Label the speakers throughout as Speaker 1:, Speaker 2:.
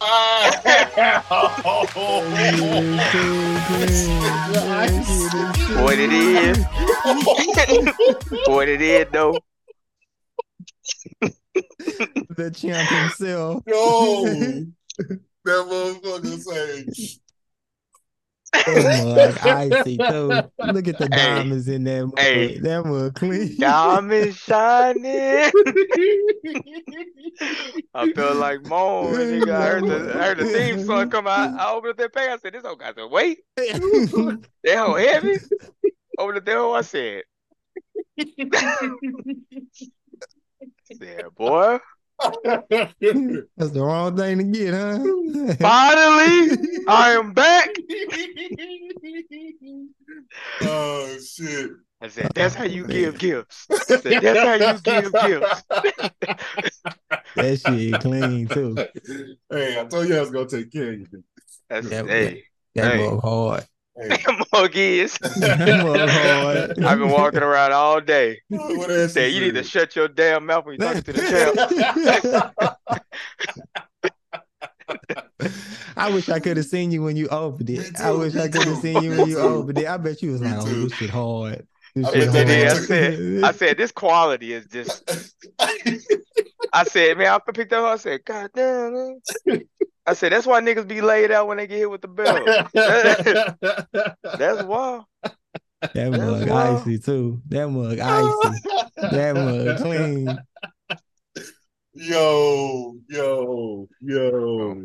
Speaker 1: Oh,
Speaker 2: what it is. what it is, though.
Speaker 1: the champ himself.
Speaker 3: Yo, that motherfucker say.
Speaker 1: Oh, like icy too. Look at the
Speaker 2: Hey.
Speaker 1: diamonds in that. mug.
Speaker 2: Hey.
Speaker 1: That mug clean.
Speaker 2: Diamond shining. I feel like Mo when nigga. I heard the, I heard the theme song come out. I opened up that pack. I said, "This whole guy said, wait, that whole heavy." Over the door, I said, I "said boy,
Speaker 1: That's the wrong thing to get, huh?
Speaker 2: finally I am back."
Speaker 3: oh shit!
Speaker 2: I said, "That's how you give gifts." I said, "That's how you give gifts."
Speaker 1: that shit clean too.
Speaker 3: Hey, I told you I was gonna take care of you.
Speaker 2: I said,
Speaker 1: That-
Speaker 2: "Hey,
Speaker 1: That
Speaker 2: Hey.
Speaker 1: mug hard.
Speaker 3: Hey,
Speaker 2: monkeys."
Speaker 1: That mug hard.
Speaker 2: I've been walking around all day.
Speaker 3: what else?
Speaker 2: Said, "You need to shut your damn mouth when you talking to the champ."
Speaker 1: I wish I could have seen you when you opened it.
Speaker 3: Me
Speaker 1: I
Speaker 3: too,
Speaker 1: wish
Speaker 3: me
Speaker 1: I could have
Speaker 3: too,
Speaker 1: seen you
Speaker 3: me
Speaker 1: when you
Speaker 3: too.
Speaker 1: opened it. I bet you was
Speaker 3: Me
Speaker 1: like, oh,
Speaker 3: too.
Speaker 1: this shit hard. This
Speaker 3: I
Speaker 1: shit
Speaker 3: bet they
Speaker 1: hard.
Speaker 3: did. I
Speaker 2: said- I said, "This quality is just." I said, man, I picked up. I said, God damn. Man. I said, that's why niggas be laid out when they get hit with the belt. That's why.
Speaker 1: that
Speaker 2: That's
Speaker 1: mug
Speaker 2: why.
Speaker 1: icy too. That mug icy. that mug clean.
Speaker 3: Yo, yo, yo!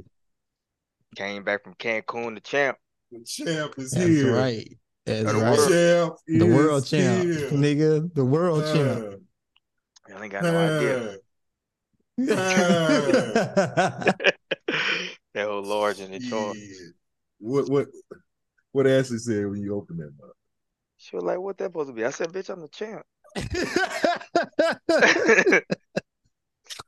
Speaker 2: Came back from Cancun, the champ.
Speaker 3: The champ is
Speaker 1: That's
Speaker 3: here.
Speaker 1: right. That's
Speaker 2: The
Speaker 1: right.
Speaker 2: world-
Speaker 3: Champ
Speaker 1: the
Speaker 3: is
Speaker 1: world champ,
Speaker 3: here.
Speaker 1: nigga. The world champ.
Speaker 2: I ain't got no idea.
Speaker 3: Uh.
Speaker 2: that whole large in the
Speaker 3: Yeah.
Speaker 2: jar.
Speaker 3: What what what Ashley said when you opened that mouth?
Speaker 2: She was like, what that supposed to be? I said, bitch, I'm the champ.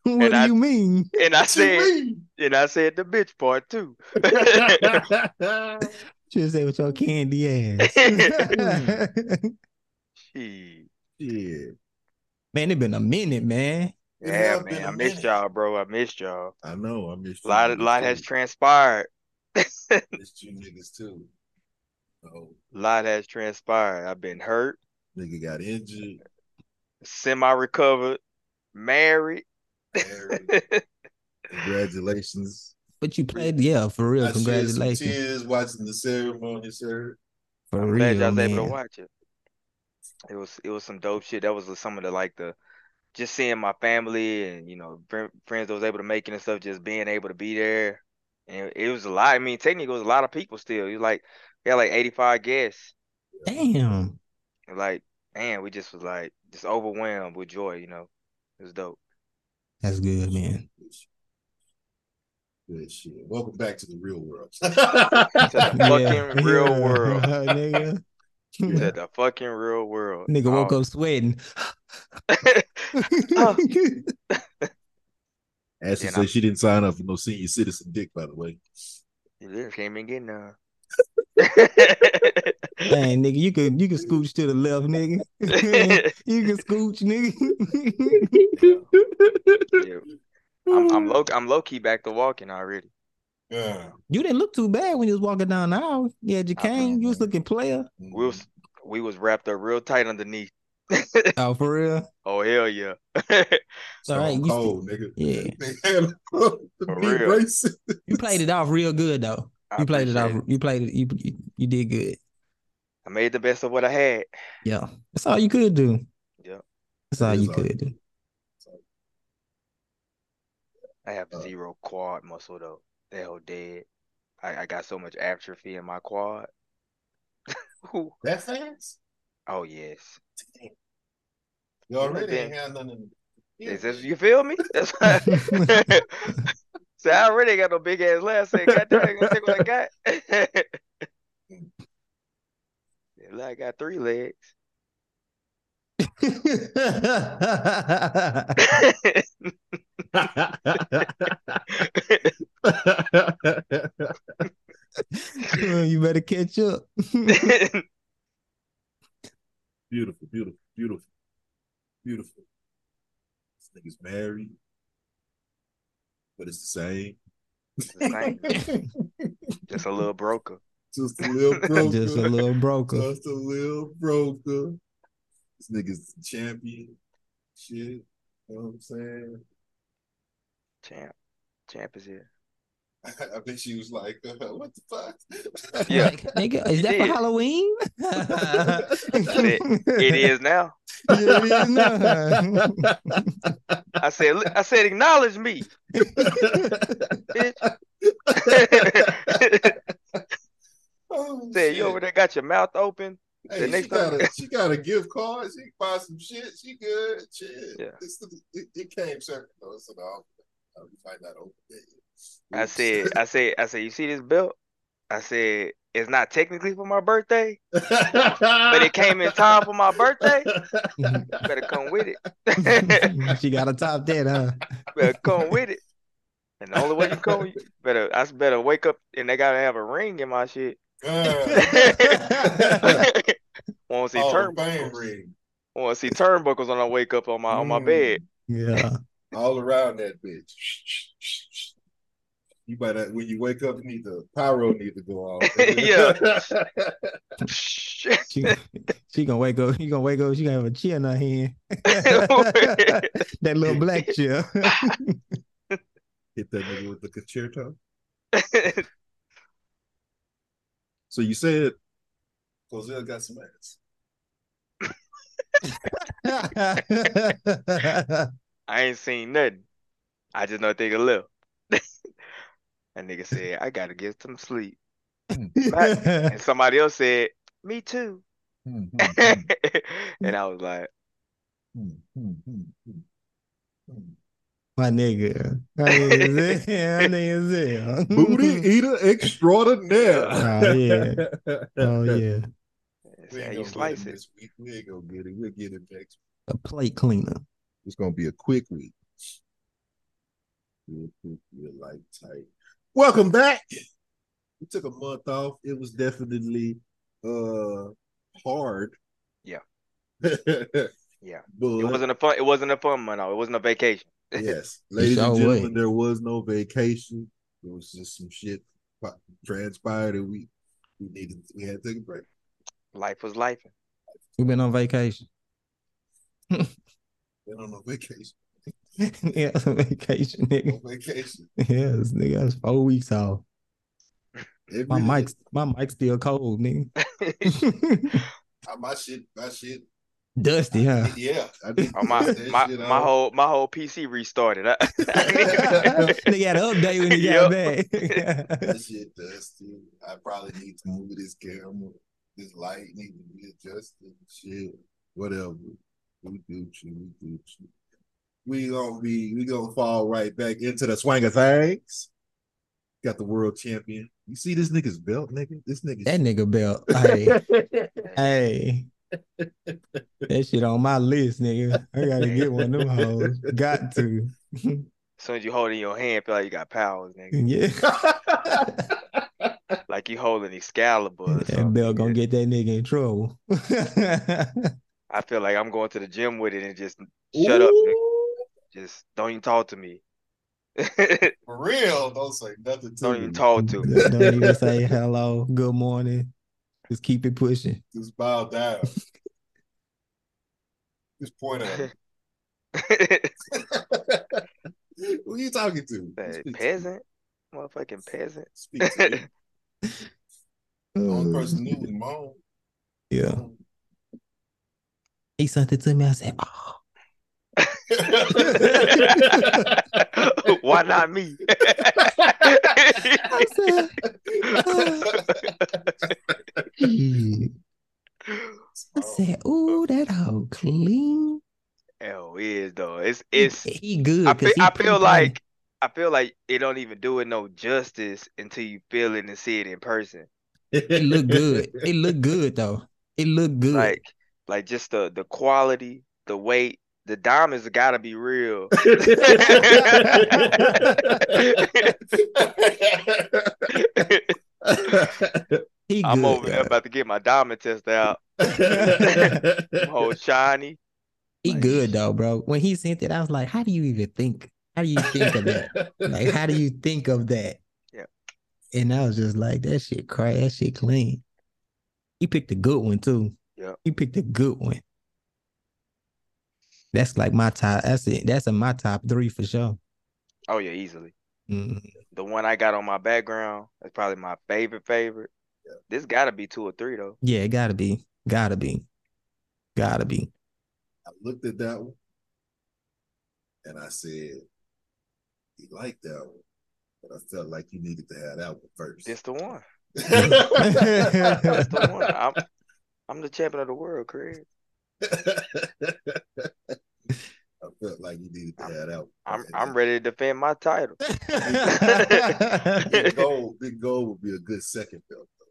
Speaker 1: what
Speaker 2: And
Speaker 1: do
Speaker 2: I-
Speaker 1: you mean?
Speaker 2: and I
Speaker 3: What you
Speaker 2: said,
Speaker 3: mean?
Speaker 2: and I said the bitch part too.
Speaker 1: Just say with your candy ass.
Speaker 2: Shit.
Speaker 3: yeah.
Speaker 1: man, it been a minute, man.
Speaker 3: It
Speaker 2: Yeah,
Speaker 3: have been
Speaker 2: man.
Speaker 3: a
Speaker 2: I missed
Speaker 3: minute.
Speaker 2: y'all, bro. I missed y'all.
Speaker 3: I know. I missed
Speaker 2: A lot, a lot has transpired.
Speaker 3: missed you niggas too. Oh,
Speaker 2: lot has transpired. I've been hurt,
Speaker 3: nigga got injured.
Speaker 2: semi recovered, married.
Speaker 3: married. Congratulations.
Speaker 1: But you played, yeah, for real.
Speaker 3: I shed some
Speaker 1: Congratulations.
Speaker 3: Tears watching the ceremony, sir.
Speaker 1: For
Speaker 2: I'm
Speaker 1: real.
Speaker 2: glad y'all was
Speaker 1: man.
Speaker 2: able to watch it. It was it was some dope shit. That was some of the like the just seeing my family and you know fr- friends that was able to make it and stuff. Just being able to be there, and it was a lot. I mean, technically, it was a lot of people still. You like we had like 85 guests.
Speaker 1: Damn.
Speaker 2: And like, man, we just was like just overwhelmed with joy. You know, it was dope.
Speaker 1: That's good, man.
Speaker 3: Good shit. Welcome back to the real world.
Speaker 2: To the fucking real world.
Speaker 1: nigga.
Speaker 2: To the fucking real world.
Speaker 1: Nigga woke
Speaker 2: Oh,
Speaker 1: up sweating.
Speaker 3: Ashley
Speaker 2: And
Speaker 3: said she didn't sign up for no senior citizen dick, by the way.
Speaker 2: you didn't- Can't even get none.
Speaker 1: Dang, nigga, you can you can scooch to the left, nigga. you can scooch, nigga.
Speaker 2: Yeah. I'm, I'm low. I'm low key back to walking already.
Speaker 3: Yeah.
Speaker 1: you didn't look too bad when you was walking down the aisle. You had your
Speaker 2: I feel
Speaker 1: cane. You was
Speaker 3: that.
Speaker 1: looking player.
Speaker 3: Mm-hmm.
Speaker 2: We was we was wrapped up real tight underneath.
Speaker 1: Oh, for real.
Speaker 2: Oh hell yeah!
Speaker 1: All right, you,
Speaker 3: cold, nigga.
Speaker 1: yeah,
Speaker 3: Man, the
Speaker 2: For
Speaker 3: big
Speaker 2: real.
Speaker 3: race.
Speaker 1: you played it off real good though.
Speaker 2: I
Speaker 1: You played it off.
Speaker 2: appreciate
Speaker 1: You played it. You you, you did good.
Speaker 2: I made the best of what I had.
Speaker 1: Yeah, that's all you could do.
Speaker 2: Yeah.
Speaker 1: that's all
Speaker 3: It is
Speaker 1: you
Speaker 3: all
Speaker 1: could
Speaker 3: you
Speaker 1: do.
Speaker 2: I have
Speaker 1: Oh.
Speaker 3: Uh.
Speaker 2: zero quad muscle though. That whole dead. I, I got so much atrophy in my quad. Ooh.
Speaker 3: That fast?
Speaker 2: oh yes.
Speaker 3: You already ain't
Speaker 2: Yeah.
Speaker 3: had nothing.
Speaker 2: Is this you feel me? That's why. so I already got no big ass last saying, God damn, I gonna take what I got. Yeah, I got three legs.
Speaker 1: you better catch up.
Speaker 3: beautiful, beautiful, beautiful, beautiful. This nigga's married, but it's the same.
Speaker 2: It's the same. Just a little broker.
Speaker 3: Just a little broker.
Speaker 1: Just a little broker.
Speaker 3: Just a little broker. This nigga's the champion. Shit. You know what I'm saying?
Speaker 2: Champ. Champ is here.
Speaker 3: I bet she was like, uh, what the fuck?
Speaker 2: Yeah.
Speaker 1: Like, nigga, is that for
Speaker 2: Yeah.
Speaker 1: Halloween?
Speaker 2: It is now.
Speaker 1: Yeah, it is now.
Speaker 2: I said "Look," I said acknowledge me. Bitch.
Speaker 3: Oh,
Speaker 2: said you
Speaker 3: shit.
Speaker 2: over there got your mouth open.
Speaker 3: Hey,
Speaker 2: The
Speaker 3: she,
Speaker 2: next
Speaker 3: got
Speaker 2: time-
Speaker 3: a, she got a gift card. She can buy some shit. She good. Shit.
Speaker 2: Yeah.
Speaker 3: It's, it, it came certain. No, it's an offer. Uh, We might not open it.
Speaker 2: I said, I said, I said, you see this belt? I said, it's not technically for my birthday, but
Speaker 3: but
Speaker 2: it came in time for my birthday.
Speaker 1: Mhm.
Speaker 2: You better come with it.
Speaker 1: she got to top that, huh?
Speaker 2: better come with it. And the only way you come, you better I better wake up and they gotta have a ring in my shit. Wanna see
Speaker 3: All the fame
Speaker 2: turnbuckles?
Speaker 3: Oh, ring.
Speaker 2: Wanna see turnbuckles when I wake up on my on my
Speaker 3: Mm.
Speaker 2: bed?
Speaker 1: Yeah.
Speaker 3: All around that bitch. You better when you wake up, you need the pyro need to go off.
Speaker 2: Yeah.
Speaker 1: She, she gonna wake up. She gonna wake up. She gonna have a chair in her hand. that little black chair.
Speaker 3: Hit that nigga with the concerto. So you said Cozell got some ass.
Speaker 2: I ain't seen nothing. I just know they can live. That nigga said, I gotta get some sleep. And somebody else said, Me too.
Speaker 3: Hmm,
Speaker 2: and I was like,
Speaker 3: Hmm.
Speaker 1: My nigga. My nigga is there. My nigga is there.
Speaker 3: Booty eater extraordinaire.
Speaker 1: Oh, yeah. Oh yeah.
Speaker 2: That's
Speaker 3: We
Speaker 2: how
Speaker 3: ain't
Speaker 2: you
Speaker 3: gonna
Speaker 2: slice
Speaker 3: get it
Speaker 2: it.
Speaker 3: this week. We ain't gonna get it. We'll get it next.
Speaker 1: A plate cleaner.
Speaker 3: It's gonna be a quick week. Real quick, real light tight. Welcome back. We took a month off. It was definitely uh hard.
Speaker 2: Yeah.
Speaker 3: but
Speaker 2: Yeah. It wasn't a fun it wasn't a fun month. no. It wasn't a vacation.
Speaker 3: yes, ladies and
Speaker 1: sure
Speaker 3: gentlemen,
Speaker 1: would.
Speaker 3: there was no vacation. It was just some shit pop- transpired, and we we needed we had to take a break.
Speaker 2: Life was life.
Speaker 1: We've been on vacation.
Speaker 3: Been on a vacation.
Speaker 1: yeah, vacation, nigga.
Speaker 3: On vacation.
Speaker 1: Yes, nigga. That's four weeks off.
Speaker 3: It
Speaker 1: My
Speaker 3: really-
Speaker 1: mic's my mic's still cold, nigga.
Speaker 3: I- my shit, my shit.
Speaker 1: Dusty, huh?
Speaker 3: Yeah, I did
Speaker 2: Oh, my
Speaker 3: that
Speaker 2: my
Speaker 3: shit
Speaker 2: my
Speaker 3: all-
Speaker 2: whole my whole PC restarted. I,
Speaker 1: nigga had an update when he got back.
Speaker 3: That shit dusty. I probably need to move this camera. This light need to be adjusted. Shit, whatever. We do you. We do you. We gonna be. We gonna fall right back into the swing of things. Got the world champion. You see this nigga's belt, nigga. This nigga.
Speaker 1: that nigga belt. Hey, hey. That shit on my list, nigga. I gotta get one of them hoes. Got to.
Speaker 2: as soon as you hold it in your hand, feel like you got powers, nigga.
Speaker 1: Yeah.
Speaker 2: Like you holding Excalibur. Or
Speaker 1: That
Speaker 2: something.
Speaker 1: belt gonna get that nigga in trouble.
Speaker 2: I feel like I'm going to the gym with it and just shut up. Nigga. Just don't even talk to me. don't
Speaker 3: For real. Don't say nothing to me.
Speaker 1: Mm.
Speaker 2: even talk to me.
Speaker 1: Don't even say hello, good morning. Just keep it pushing.
Speaker 3: Just bow down. Just point at him. Who you talking to?
Speaker 2: That
Speaker 3: Speak to me.
Speaker 2: peasant, motherfucking peasant.
Speaker 3: Speak to me. The only person knew was Mo.
Speaker 1: Uh, Yeah. He sent it to me. I said, oh.
Speaker 2: Why not me?
Speaker 1: I said, "Oh." "Shit." I said, ooh, that hoe clean.
Speaker 2: Hell is though. It's
Speaker 1: He-
Speaker 2: it's.
Speaker 1: he good.
Speaker 2: I
Speaker 1: 'cause
Speaker 2: feel,
Speaker 1: he
Speaker 2: I feel
Speaker 1: pre-planned.
Speaker 2: like I feel like it don't even do it no justice until you feel it and see it in person.
Speaker 1: it look good. It look good though. It look good.
Speaker 2: Like like just the the quality, the weight, the diamonds gotta be real.
Speaker 1: he good.
Speaker 2: I'm over there about to get my diamond test out. Whole shiny.
Speaker 1: He good though, bro. When he sent it, I was like, how do you even think? How do you think of that? Like, how do you think of that? and I was just like, that shit crack, that shit clean. He picked a good one too.
Speaker 2: Yeah.
Speaker 1: He picked a good one. That's like my top. That's it. That's in my top three for sure.
Speaker 2: Oh yeah, easily.
Speaker 1: Mm.
Speaker 2: The one I got on my background is probably my favorite favorite. This gotta be two or three though.
Speaker 1: Yeah, it gotta be. Gotta be. Gotta be.
Speaker 3: I looked at that one and I said, he liked that one, but I felt like you needed to have that one first.
Speaker 2: This the one.
Speaker 1: This
Speaker 2: This the one. I'm I'm the champion of the world, Craig.
Speaker 3: I felt like you needed to have that one.
Speaker 2: I'm I'm ready to defend my title.
Speaker 3: Big goal, big goal would be a good second belt. Though.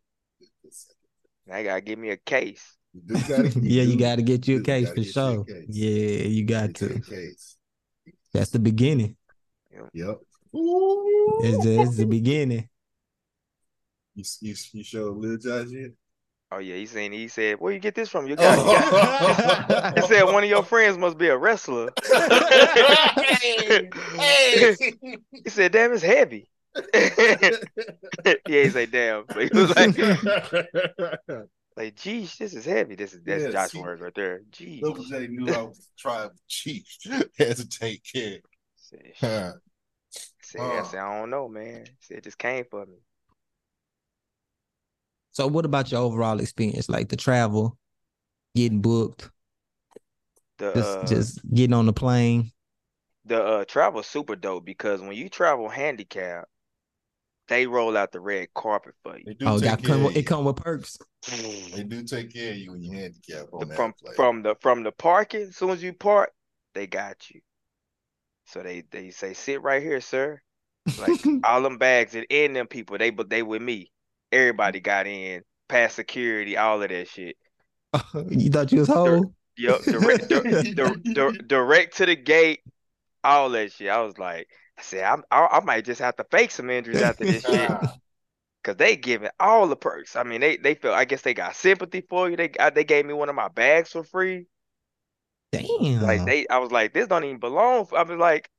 Speaker 3: A good second.
Speaker 2: They gotta give me a case.
Speaker 3: You do gotta-
Speaker 1: yeah, you
Speaker 3: do-
Speaker 1: gotta get you a
Speaker 3: do
Speaker 1: case
Speaker 3: gotta
Speaker 1: for
Speaker 3: get you a
Speaker 1: sure.
Speaker 3: case.
Speaker 1: Yeah, you got
Speaker 3: get you a
Speaker 1: to.
Speaker 3: case.
Speaker 1: That's the beginning.
Speaker 3: Yep.
Speaker 1: It's the, it's the beginning.
Speaker 3: You, you, you showed Lil Josh yet?
Speaker 2: Oh yeah, he saying he said, Where you get this from? You got, you
Speaker 3: Oh.
Speaker 2: got- he said one of your friends must be a wrestler. He said, damn, it's heavy. yeah, he said damn. But he was like, like, geez, this is heavy. This is that's
Speaker 3: Yeah,
Speaker 2: Josh
Speaker 3: see.
Speaker 2: words right there. Geez.
Speaker 3: Little J knew I was trying to cheat. Had to take care.
Speaker 2: Said, "Sh-
Speaker 3: Huh.
Speaker 2: said, I
Speaker 3: Oh.
Speaker 2: said, I don't know, man. Said it just came for me.
Speaker 1: So, what about your overall experience? Like the travel, getting booked,
Speaker 2: The
Speaker 1: just
Speaker 2: uh,
Speaker 1: just getting on the plane.
Speaker 2: the uh travel's super dope because when you travel handicapped, they roll out the red carpet for you.
Speaker 3: They do
Speaker 1: oh,
Speaker 3: take
Speaker 1: got
Speaker 3: care
Speaker 1: come,
Speaker 3: of
Speaker 1: it
Speaker 3: you.
Speaker 1: come with perks.
Speaker 3: They do take care of you when you're handicapped on
Speaker 2: the,
Speaker 3: that
Speaker 2: from
Speaker 3: plane.
Speaker 2: from the from the parking. As soon as you park, they got you. So they they say sit right here, sir. Like all them bags and, and them people, they but they with me. Everybody got in, past security, all of that shit.
Speaker 1: you thought you was whole?
Speaker 2: Yup, direct dir- dir- dir- direct to the gate, all that shit. I was like, I said, I'm, I I might just have to fake some injuries after this shit.
Speaker 3: Ah,
Speaker 2: Cause they giving all the perks. I mean, they they feel. I guess they got sympathy for you. They got- they gave me one of my bags for free.
Speaker 1: Damn.
Speaker 2: Like they, I was like, this don't even belong. I was like,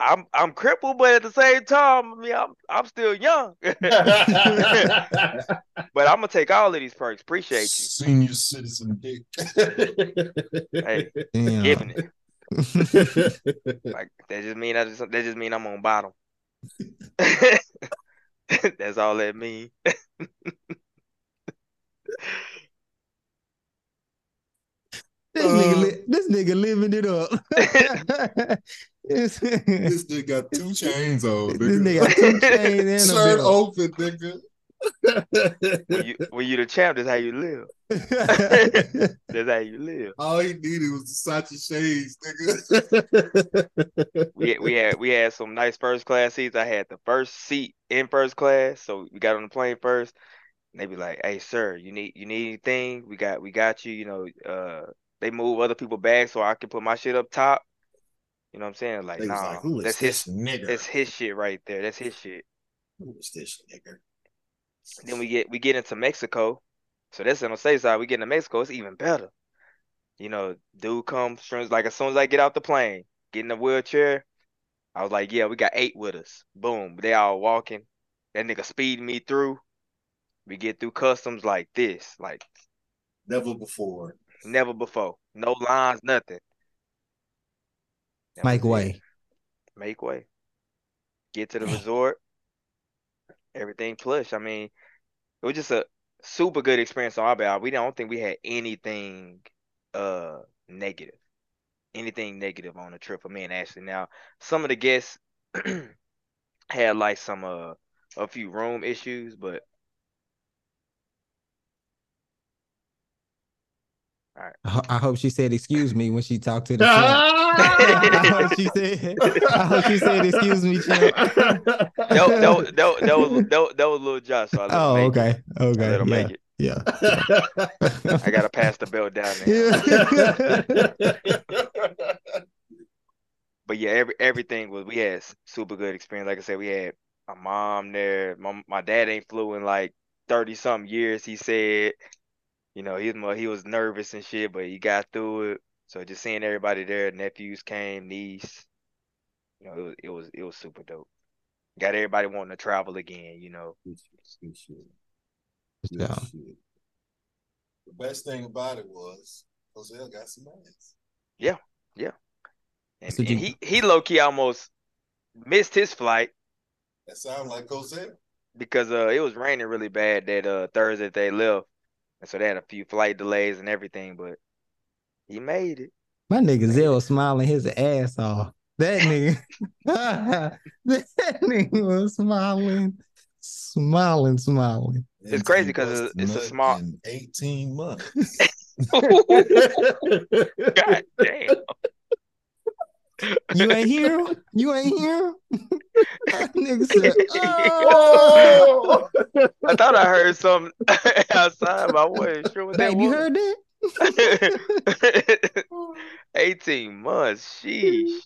Speaker 2: I'm I'm crippled, but at the same time, I mean, I'm I'm still young. but I'm gonna take all of these perks. Appreciate you.
Speaker 3: Senior citizen dick.
Speaker 2: Hey,
Speaker 1: Damn.
Speaker 2: giving it. Like that just mean I just that just mean I'm on bottom. That's all that mean.
Speaker 1: This nigga,
Speaker 3: Uh,
Speaker 1: li- this nigga living it up. this, this
Speaker 3: this nigga got two chains on.
Speaker 1: nigga got two chains and a
Speaker 3: Shirt
Speaker 1: belt.
Speaker 3: open, nigga.
Speaker 2: When you when you the champ, that's how you live. That's how you live.
Speaker 3: All he needed was the Sachi shades, nigga.
Speaker 2: We had- we had we had some nice first class seats. I had the first seat in first class, so we got on the plane first. And they be like, "Hey, sir, you need you need anything? We got we got you." You know, uh, they move other people bags so I can put my shit up top. You know what I'm saying? Like,
Speaker 3: They was
Speaker 2: nah,
Speaker 3: like, who is
Speaker 2: that's
Speaker 3: this
Speaker 2: his
Speaker 3: nigga?
Speaker 2: that's his shit right there. That's his shit.
Speaker 3: Who is this nigga?
Speaker 2: Then we get we get into Mexico. So that's in the safe side. We get into Mexico. It's even better. You know, dude comes strings like as soon as I get out the plane, get in the wheelchair. I was like, yeah, we got eight with us. Boom. They all walking. That nigga speed me through. We get through customs like this, like
Speaker 3: Never before.
Speaker 2: never before. No lines, nothing. That was
Speaker 1: Mike
Speaker 2: it.
Speaker 1: Way.
Speaker 2: Make way. Get to the
Speaker 1: Man.
Speaker 2: resort. Everything plush. I mean, it was just a super good experience on our behalf. We don't think we had anything uh negative. Anything negative on the trip for me and Ashley. Now, some of the guests had like some uh a few room issues, but
Speaker 1: I ho- I hope she said excuse me when she talked to the champ. I hope she said I hope she said excuse me, champ.
Speaker 2: no, no, no, that was that was, that was little Josh. So I let him
Speaker 1: Oh,
Speaker 2: make it.
Speaker 1: okay.
Speaker 2: I
Speaker 1: Okay.
Speaker 2: let him
Speaker 1: Yeah.
Speaker 2: make it.
Speaker 1: Yeah.
Speaker 2: I gotta pass the belt down there.
Speaker 1: Yeah.
Speaker 2: but yeah, every everything was we had s- super good experience. Like I said, we had my mom there. My my dad ain't flew in like thirty something years. He said, you know, he's mo- he was nervous and shit, but he got through it. So just seeing everybody there, nephews came, niece, you know, it was it was, it was super dope. Got everybody wanting to travel again, you know.
Speaker 3: Good shit, good shit, good
Speaker 1: Yeah.
Speaker 3: shit. The best thing about it was Jose got some ass.
Speaker 2: And,
Speaker 1: So
Speaker 2: and
Speaker 1: you-
Speaker 2: he he low key almost missed his flight
Speaker 3: That sounds like Jose.
Speaker 2: because uh it was raining really bad that uh Thursday that they left, and so they had a few flight delays and everything. But he made it.
Speaker 1: My nigga Zell smiling his ass off. That nigga, that nigga was smiling, smiling, smiling.
Speaker 2: It's crazy 'cause
Speaker 3: Busted
Speaker 2: it's- it's a
Speaker 3: nut
Speaker 2: small-
Speaker 3: in eighteen months.
Speaker 2: God damn!
Speaker 1: You ain't hear him? You ain't hear him? That nigga said, "Oh,
Speaker 3: oh,
Speaker 2: I thought I heard something outside, but I wasn't sure what
Speaker 1: babe, you
Speaker 2: that
Speaker 1: heard that?
Speaker 2: was. Eighteen months, sheesh.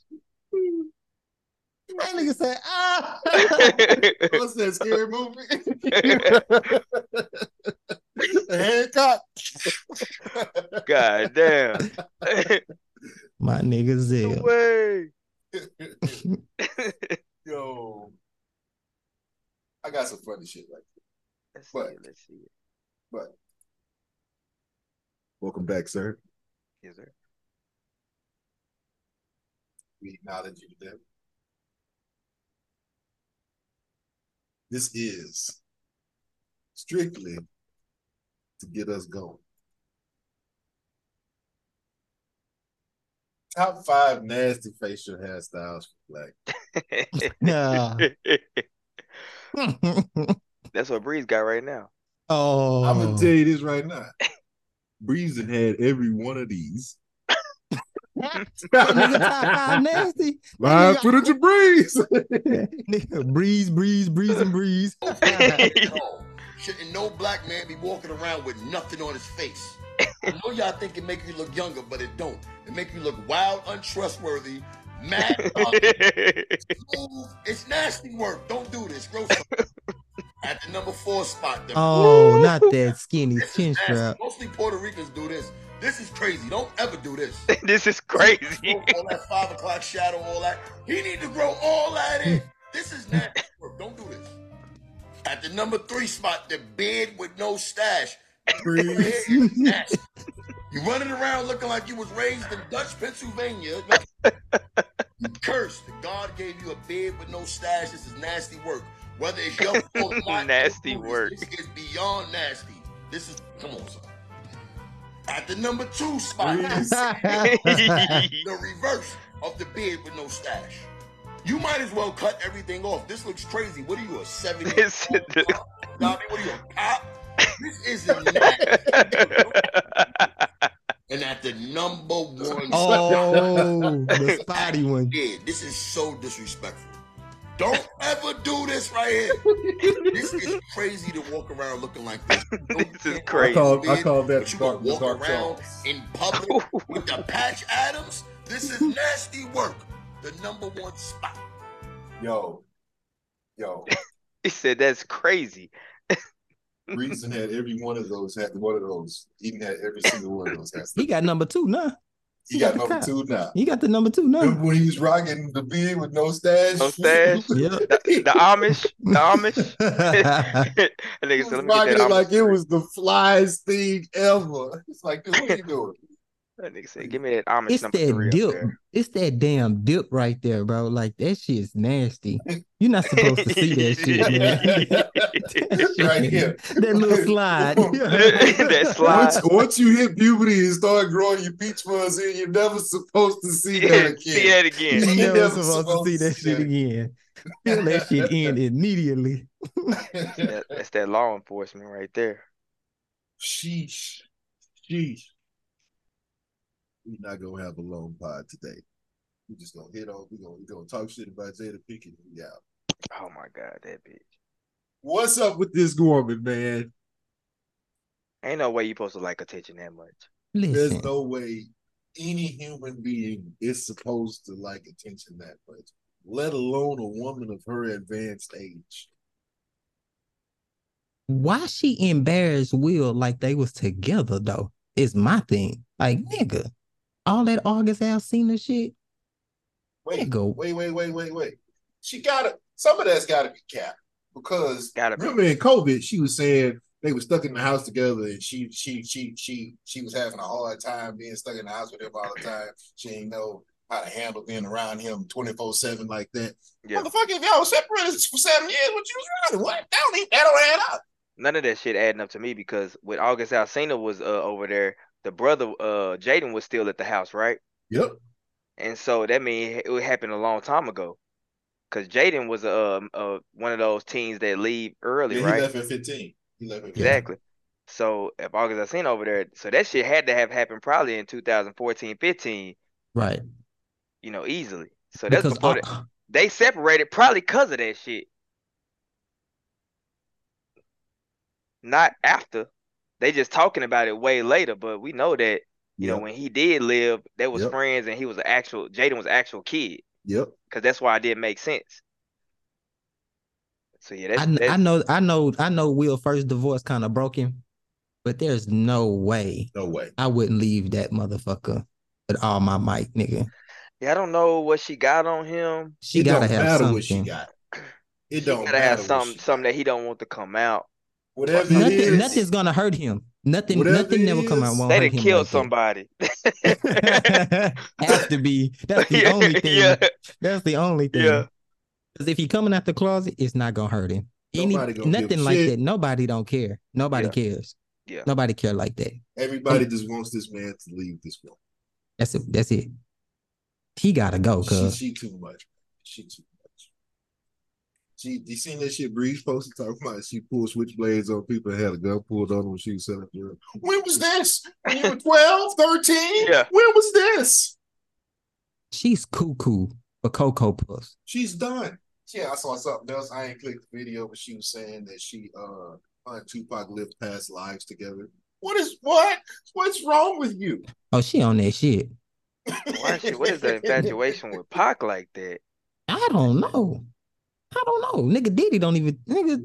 Speaker 1: That nigga said, ah.
Speaker 3: what's that scary movie? Hancock.
Speaker 2: God damn!
Speaker 1: My nigga Zell.
Speaker 2: way.
Speaker 3: Yo, I got some funny shit like.
Speaker 2: Let's see.
Speaker 3: But-
Speaker 2: it, Let's see. it.
Speaker 3: Welcome back, sir.
Speaker 2: Yes, sir.
Speaker 3: We acknowledge you today. This is strictly to get us going. Top five nasty facial hairstyles for black.
Speaker 1: Nah.
Speaker 2: That's what Breeze got right now.
Speaker 1: oh,
Speaker 3: I'm gonna tell you this right now. Breezing had every one of these.
Speaker 1: That nigga top five nasty.
Speaker 3: Live footage of Breeze.
Speaker 1: nigga, breeze, breeze, breeze, and breeze.
Speaker 4: at all. Shouldn't no black man be walking around with nothing on his face? I know y'all think it make you look younger, but it don't. It make you look wild, untrustworthy, mad, uh, smooth. It's nasty work. Don't do this. Gross. At the number four spot, the
Speaker 1: Oh, not that skinny
Speaker 4: this
Speaker 1: chin
Speaker 4: is nasty.
Speaker 1: strap.
Speaker 4: Mostly Puerto Ricans do this. This is crazy. Don't ever do this.
Speaker 2: this is crazy.
Speaker 4: all that five o'clock shadow, all that. He need to grow all that in. This is nasty work. Don't do this. At the number three spot, the bed with no stash.
Speaker 3: Breeze.
Speaker 4: Beard is nasty. You running around looking like you was raised in Dutch Pennsylvania. You cursed. God gave you a bed with no stash. This is nasty work. Whether it's your fault or not,
Speaker 2: Nasty
Speaker 4: you do this.
Speaker 2: work.
Speaker 4: This is beyond nasty. This is come on, son. At the number two spot,
Speaker 3: Breeze.
Speaker 4: the reverse of the bed with no stash. You might as well cut everything off. This looks crazy. What are you, a seven? year
Speaker 2: This
Speaker 4: old
Speaker 2: is-
Speaker 4: cop? You know what I mean? What are you, a cop? This is nasty. And at the number one
Speaker 1: oh, the spotty one.
Speaker 4: yeah, this is so disrespectful. Don't ever do this right here. This is crazy to walk around looking like this.
Speaker 2: This is
Speaker 3: I
Speaker 2: crazy.
Speaker 3: call, I call that
Speaker 4: But you
Speaker 3: dark,
Speaker 4: gonna
Speaker 3: the
Speaker 4: walk
Speaker 3: dark
Speaker 4: around
Speaker 3: Charles.
Speaker 4: in public with the patch Adams? This is nasty work. The number one spot.
Speaker 3: Yo, yo.
Speaker 2: he said that's crazy.
Speaker 3: Reason had every one of those had one of those. Eden had every single one of those. hats.
Speaker 1: He got number two now.
Speaker 3: he got
Speaker 1: he got
Speaker 3: number
Speaker 1: the
Speaker 3: two now.
Speaker 1: He got the number two now.
Speaker 3: Remember when he was rocking the beard with no stash?
Speaker 2: No stash.
Speaker 1: Yep.
Speaker 2: The, the Amish. The Amish.
Speaker 1: that
Speaker 2: That nigga
Speaker 3: He
Speaker 2: said, let
Speaker 3: was
Speaker 2: me get
Speaker 3: rocking
Speaker 2: that
Speaker 3: it
Speaker 2: Amish.
Speaker 3: like it was the flyest thing ever. It's like, dude, what are you doing?
Speaker 2: That nigga said, give me that Amish
Speaker 1: it's
Speaker 2: number
Speaker 1: that
Speaker 2: three up
Speaker 1: dip.
Speaker 2: there.
Speaker 1: It's that damn dip right there, bro. Like that shit's nasty. You're not supposed to see that shit, man.
Speaker 3: right here.
Speaker 1: that little slide.
Speaker 2: that slide.
Speaker 3: Once, once you hit puberty and start growing your peach fuzz in, you're never supposed to see that
Speaker 2: See
Speaker 3: again.
Speaker 2: that again.
Speaker 1: You
Speaker 3: You
Speaker 1: never
Speaker 3: never
Speaker 1: supposed to
Speaker 3: supposed
Speaker 1: see
Speaker 3: to
Speaker 1: that
Speaker 3: see
Speaker 1: shit
Speaker 3: that.
Speaker 1: again. Feel that shit in immediately.
Speaker 2: That- that's that law enforcement right there.
Speaker 3: Sheesh. Sheesh. We're not gonna have a long pod today. We just gonna hit on, we're gonna, we gonna talk shit about Jada Pinkett. Yeah.
Speaker 2: Oh my god, that bitch.
Speaker 3: What's up with this woman, man?
Speaker 2: Ain't no way you supposed to like attention that much.
Speaker 1: Listen,
Speaker 3: There's no way any human being is supposed to like attention that much, let alone a woman of her advanced age.
Speaker 1: why she embarrassed Will like they was together though? Is my thing. Like nigga, all that August Alcina shit.
Speaker 3: Wait,
Speaker 1: Nigga.
Speaker 3: wait, wait, wait, wait, wait. She got a some of that's got to be capped because
Speaker 2: Gotta be.
Speaker 3: remember in COVID, she was saying they were stuck in the house together, and she she she she she was having a hard time being stuck in the house with him all the time. She didn't know how to handle being around him twenty four seven like that.
Speaker 2: Yeah.
Speaker 3: Motherfucker, if y'all was separated for seven years, what you was running? What that don't even, that don't add up.
Speaker 2: None of that shit adding up to me because when August Alsina was uh, over there, the brother uh Jaden was still at the house, right?
Speaker 3: Yep.
Speaker 2: And so that means it happened a long time ago. Cause Jaden was uh, uh one of those teens that leave early,
Speaker 3: Yeah,
Speaker 2: right?
Speaker 3: He left at fifteen. He left at 15.
Speaker 2: Exactly. So if August Alsina over there, so that shit had to have happened probably in 2014, 15,
Speaker 1: Right.
Speaker 2: you know, easily. So that's
Speaker 1: Because
Speaker 2: before the-
Speaker 1: Au-
Speaker 2: they separated probably because of that shit. Not after. They just talking about it way later, but we know that, you know,
Speaker 3: Yep.
Speaker 2: when he did live, they was
Speaker 3: Yep.
Speaker 2: friends and he was an actual Jaden was an actual kid.
Speaker 3: Yep.
Speaker 2: Cause that's why it didn't make sense. So yeah, that's,
Speaker 1: I, kn-
Speaker 2: that's
Speaker 1: I know I know I know Will first divorce kind of broke him, but there's no way
Speaker 3: No way.
Speaker 1: I wouldn't leave that motherfucker with all my might, nigga.
Speaker 2: yeah, I don't know what she got on him.
Speaker 1: She
Speaker 3: it
Speaker 1: gotta
Speaker 3: don't
Speaker 1: have
Speaker 3: matter
Speaker 1: something.
Speaker 3: what she got. It
Speaker 2: She
Speaker 3: don't
Speaker 2: gotta
Speaker 3: matter
Speaker 2: have
Speaker 3: what
Speaker 2: something
Speaker 3: she
Speaker 2: something
Speaker 3: got.
Speaker 2: that he don't want to come out.
Speaker 3: Whatever it
Speaker 1: Nothing,
Speaker 3: is,
Speaker 1: nothing's gonna hurt him. Nothing,
Speaker 3: Whatever
Speaker 1: nothing
Speaker 3: it
Speaker 1: never come out.
Speaker 3: is,
Speaker 1: Won't
Speaker 2: They
Speaker 1: hurt
Speaker 2: done
Speaker 1: him
Speaker 2: killed
Speaker 1: like that.
Speaker 2: somebody.
Speaker 1: have to be. That's the
Speaker 2: Yeah,
Speaker 1: only thing.
Speaker 2: yeah.
Speaker 1: That's the only thing.
Speaker 2: Yeah.
Speaker 1: Because if he coming out the closet, it's not gonna hurt him. Any,
Speaker 3: Nobody gonna give a
Speaker 1: nothing like
Speaker 3: shit.
Speaker 1: that. Nobody don't care. Nobody
Speaker 2: Yeah.
Speaker 1: cares.
Speaker 2: Yeah.
Speaker 1: Nobody care like that.
Speaker 3: everybody just wants this man to leave this woman.
Speaker 1: That's it. That's it. He gotta go.
Speaker 3: She,
Speaker 1: Cause
Speaker 3: she too much. She too much. She, you seen that shit Breeze posted talking about she pulled switchblades on people and had a gun pulled on them when she was selling drugs. When was this? When you were 12, 13?
Speaker 2: Yeah.
Speaker 3: When was this?
Speaker 1: she's cuckoo for Cocoa Puffs.
Speaker 3: She's done. Yeah, I saw something else. I ain't clicked the video, but she was saying that she uh her and Tupac lived past lives together. What is what? What's wrong with you?
Speaker 1: Oh, she on that shit.
Speaker 2: Why is she, what is the infatuation with Pac like that?
Speaker 1: I don't know. I don't know. Nigga Diddy don't even nigga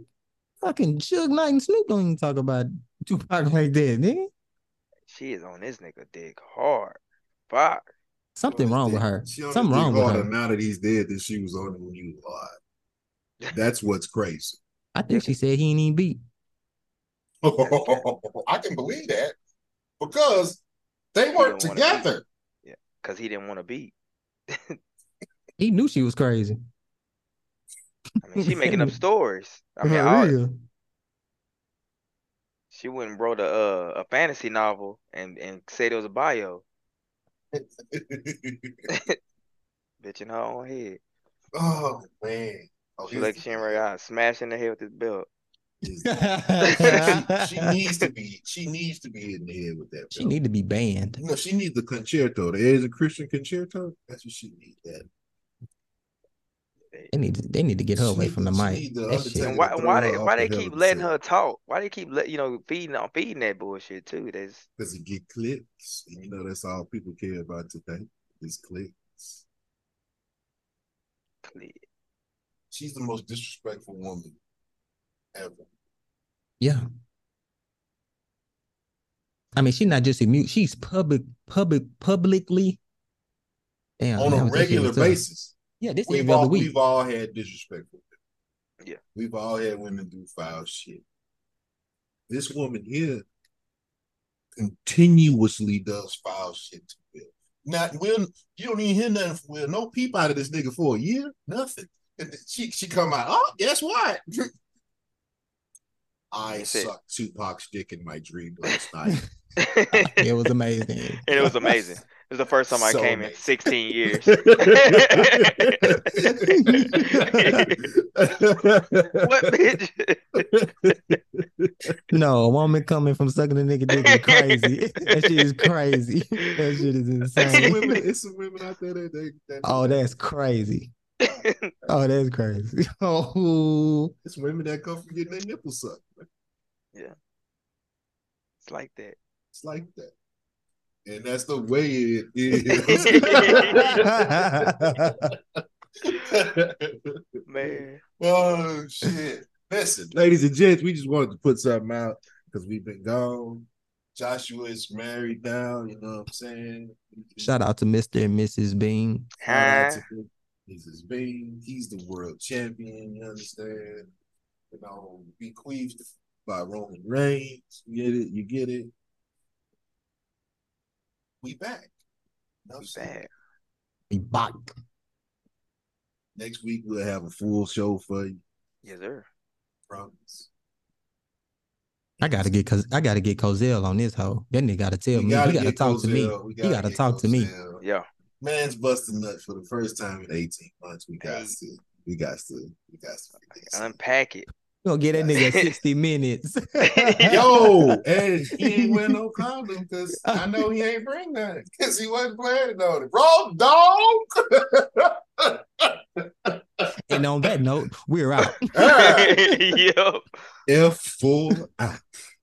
Speaker 1: fucking Suge Knight and Snoop don't even talk about Tupac like that, nigga.
Speaker 2: She is on this nigga dick hard. Fuck.
Speaker 1: Something wrong with her.
Speaker 3: She on
Speaker 1: Something
Speaker 3: the dick
Speaker 1: wrong with
Speaker 3: harder
Speaker 1: her.
Speaker 3: Now that he's dead, than she was on it when he was alive. That's what's crazy.
Speaker 1: I think she said he ain't even beat.
Speaker 3: I can believe that because they
Speaker 2: You
Speaker 3: weren't
Speaker 2: don't wanna
Speaker 3: together.
Speaker 2: Cause he didn't want to be.
Speaker 1: He knew she was crazy.
Speaker 2: I mean, she making up stories. I mean,
Speaker 1: For
Speaker 2: all-
Speaker 1: real.
Speaker 2: she went and wrote a uh, a fantasy novel and and said it was a bio. Bitch in her own head.
Speaker 3: oh man. Oh,
Speaker 2: She like Shinra out smashing the head with this belt.
Speaker 3: she needs to be. She needs to be in the head with that.
Speaker 1: She
Speaker 3: belt.
Speaker 1: need to be banned.
Speaker 3: No, she needs the concerto. There is a Christian concerto. That's what she needs. That
Speaker 1: They need to, they need to get her
Speaker 3: She
Speaker 1: away
Speaker 3: need
Speaker 1: from
Speaker 3: to-
Speaker 1: the
Speaker 3: she
Speaker 1: mic.
Speaker 3: need to
Speaker 1: That shit.
Speaker 3: understand-
Speaker 2: And
Speaker 3: Nigga
Speaker 2: why
Speaker 3: throw
Speaker 2: why
Speaker 3: her
Speaker 2: they
Speaker 3: off
Speaker 2: why
Speaker 3: the
Speaker 2: they
Speaker 3: hell
Speaker 2: keep
Speaker 3: with
Speaker 2: letting
Speaker 3: yourself.
Speaker 2: her talk? Why they keep let you know feeding on feeding that bullshit too? That's
Speaker 3: because it get clicks. And you know that's all people care about today is clicks.
Speaker 2: clear.
Speaker 3: She's the most disrespectful woman ever.
Speaker 1: Yeah. I mean, she's not just a mute. She's public, public, publicly. Damn,
Speaker 3: on
Speaker 1: that
Speaker 3: a
Speaker 1: was- that shit
Speaker 3: regular
Speaker 1: was tough.
Speaker 3: basis.
Speaker 1: Yeah, this
Speaker 3: We've
Speaker 1: every other
Speaker 3: all
Speaker 1: week.
Speaker 3: we've all had disrespectful. women.
Speaker 2: Yeah.
Speaker 3: We've all had women do foul shit. This woman here continuously does foul shit to Will. Not Will, you don't even hear nothing from Will. No peep out of this nigga for a year. Nothing. And then she she come out, oh, guess what? I
Speaker 2: That's it.
Speaker 3: sucked Tupac's dick in my dream last night.
Speaker 1: it was amazing.
Speaker 2: And it was amazing. It was the first time I
Speaker 3: So
Speaker 2: came in
Speaker 3: amazing.
Speaker 2: 16 years. What bitch?
Speaker 1: No, a woman coming from sucking a nigga dick is crazy. that shit is crazy. That shit is
Speaker 3: It's some
Speaker 1: insane.
Speaker 3: women, it's some women out there that they that
Speaker 1: Oh, that's crazy. Oh, that's crazy. Oh,
Speaker 3: it's women that come from getting their nipples sucked. man.
Speaker 2: It's like that.
Speaker 3: It's like that. And that's the way it is.
Speaker 2: Man.
Speaker 3: oh shit. Listen, ladies and gents, we just wanted to put something out because we've been gone. Joshua is married now, you know what I'm saying?
Speaker 1: shout out to Mr. and Mrs. Bean.
Speaker 3: Shout out
Speaker 2: Huh?
Speaker 3: to- He's his being. He's the world champion. You understand? You know, bequeathed by Roman Reigns. You get it? You get it? We back. No
Speaker 2: Bad.
Speaker 1: He back.
Speaker 3: Next week we'll have a full show for you.
Speaker 2: Yes, sir.
Speaker 3: Promise.
Speaker 1: I gotta get cause I gotta get Cozell on this hoe. That nigga gotta tell
Speaker 3: We
Speaker 1: me. He gotta
Speaker 3: get
Speaker 1: talk to me.
Speaker 3: Cozell. We
Speaker 1: gotta
Speaker 3: get
Speaker 1: talk to me.
Speaker 3: Cozell.
Speaker 2: Yeah.
Speaker 3: Man's busting nuts for the first time in 18 months. We got
Speaker 2: Hey.
Speaker 3: to. We got to. We got to.
Speaker 2: Unpack it.
Speaker 1: You gonna get that nigga 60 minutes.
Speaker 3: Yo, and he ain't wear no condom because I know he ain't bring none because he wasn't planning on it. Wrong dog.
Speaker 1: And on that note, we're out.
Speaker 2: yep.
Speaker 3: F full out.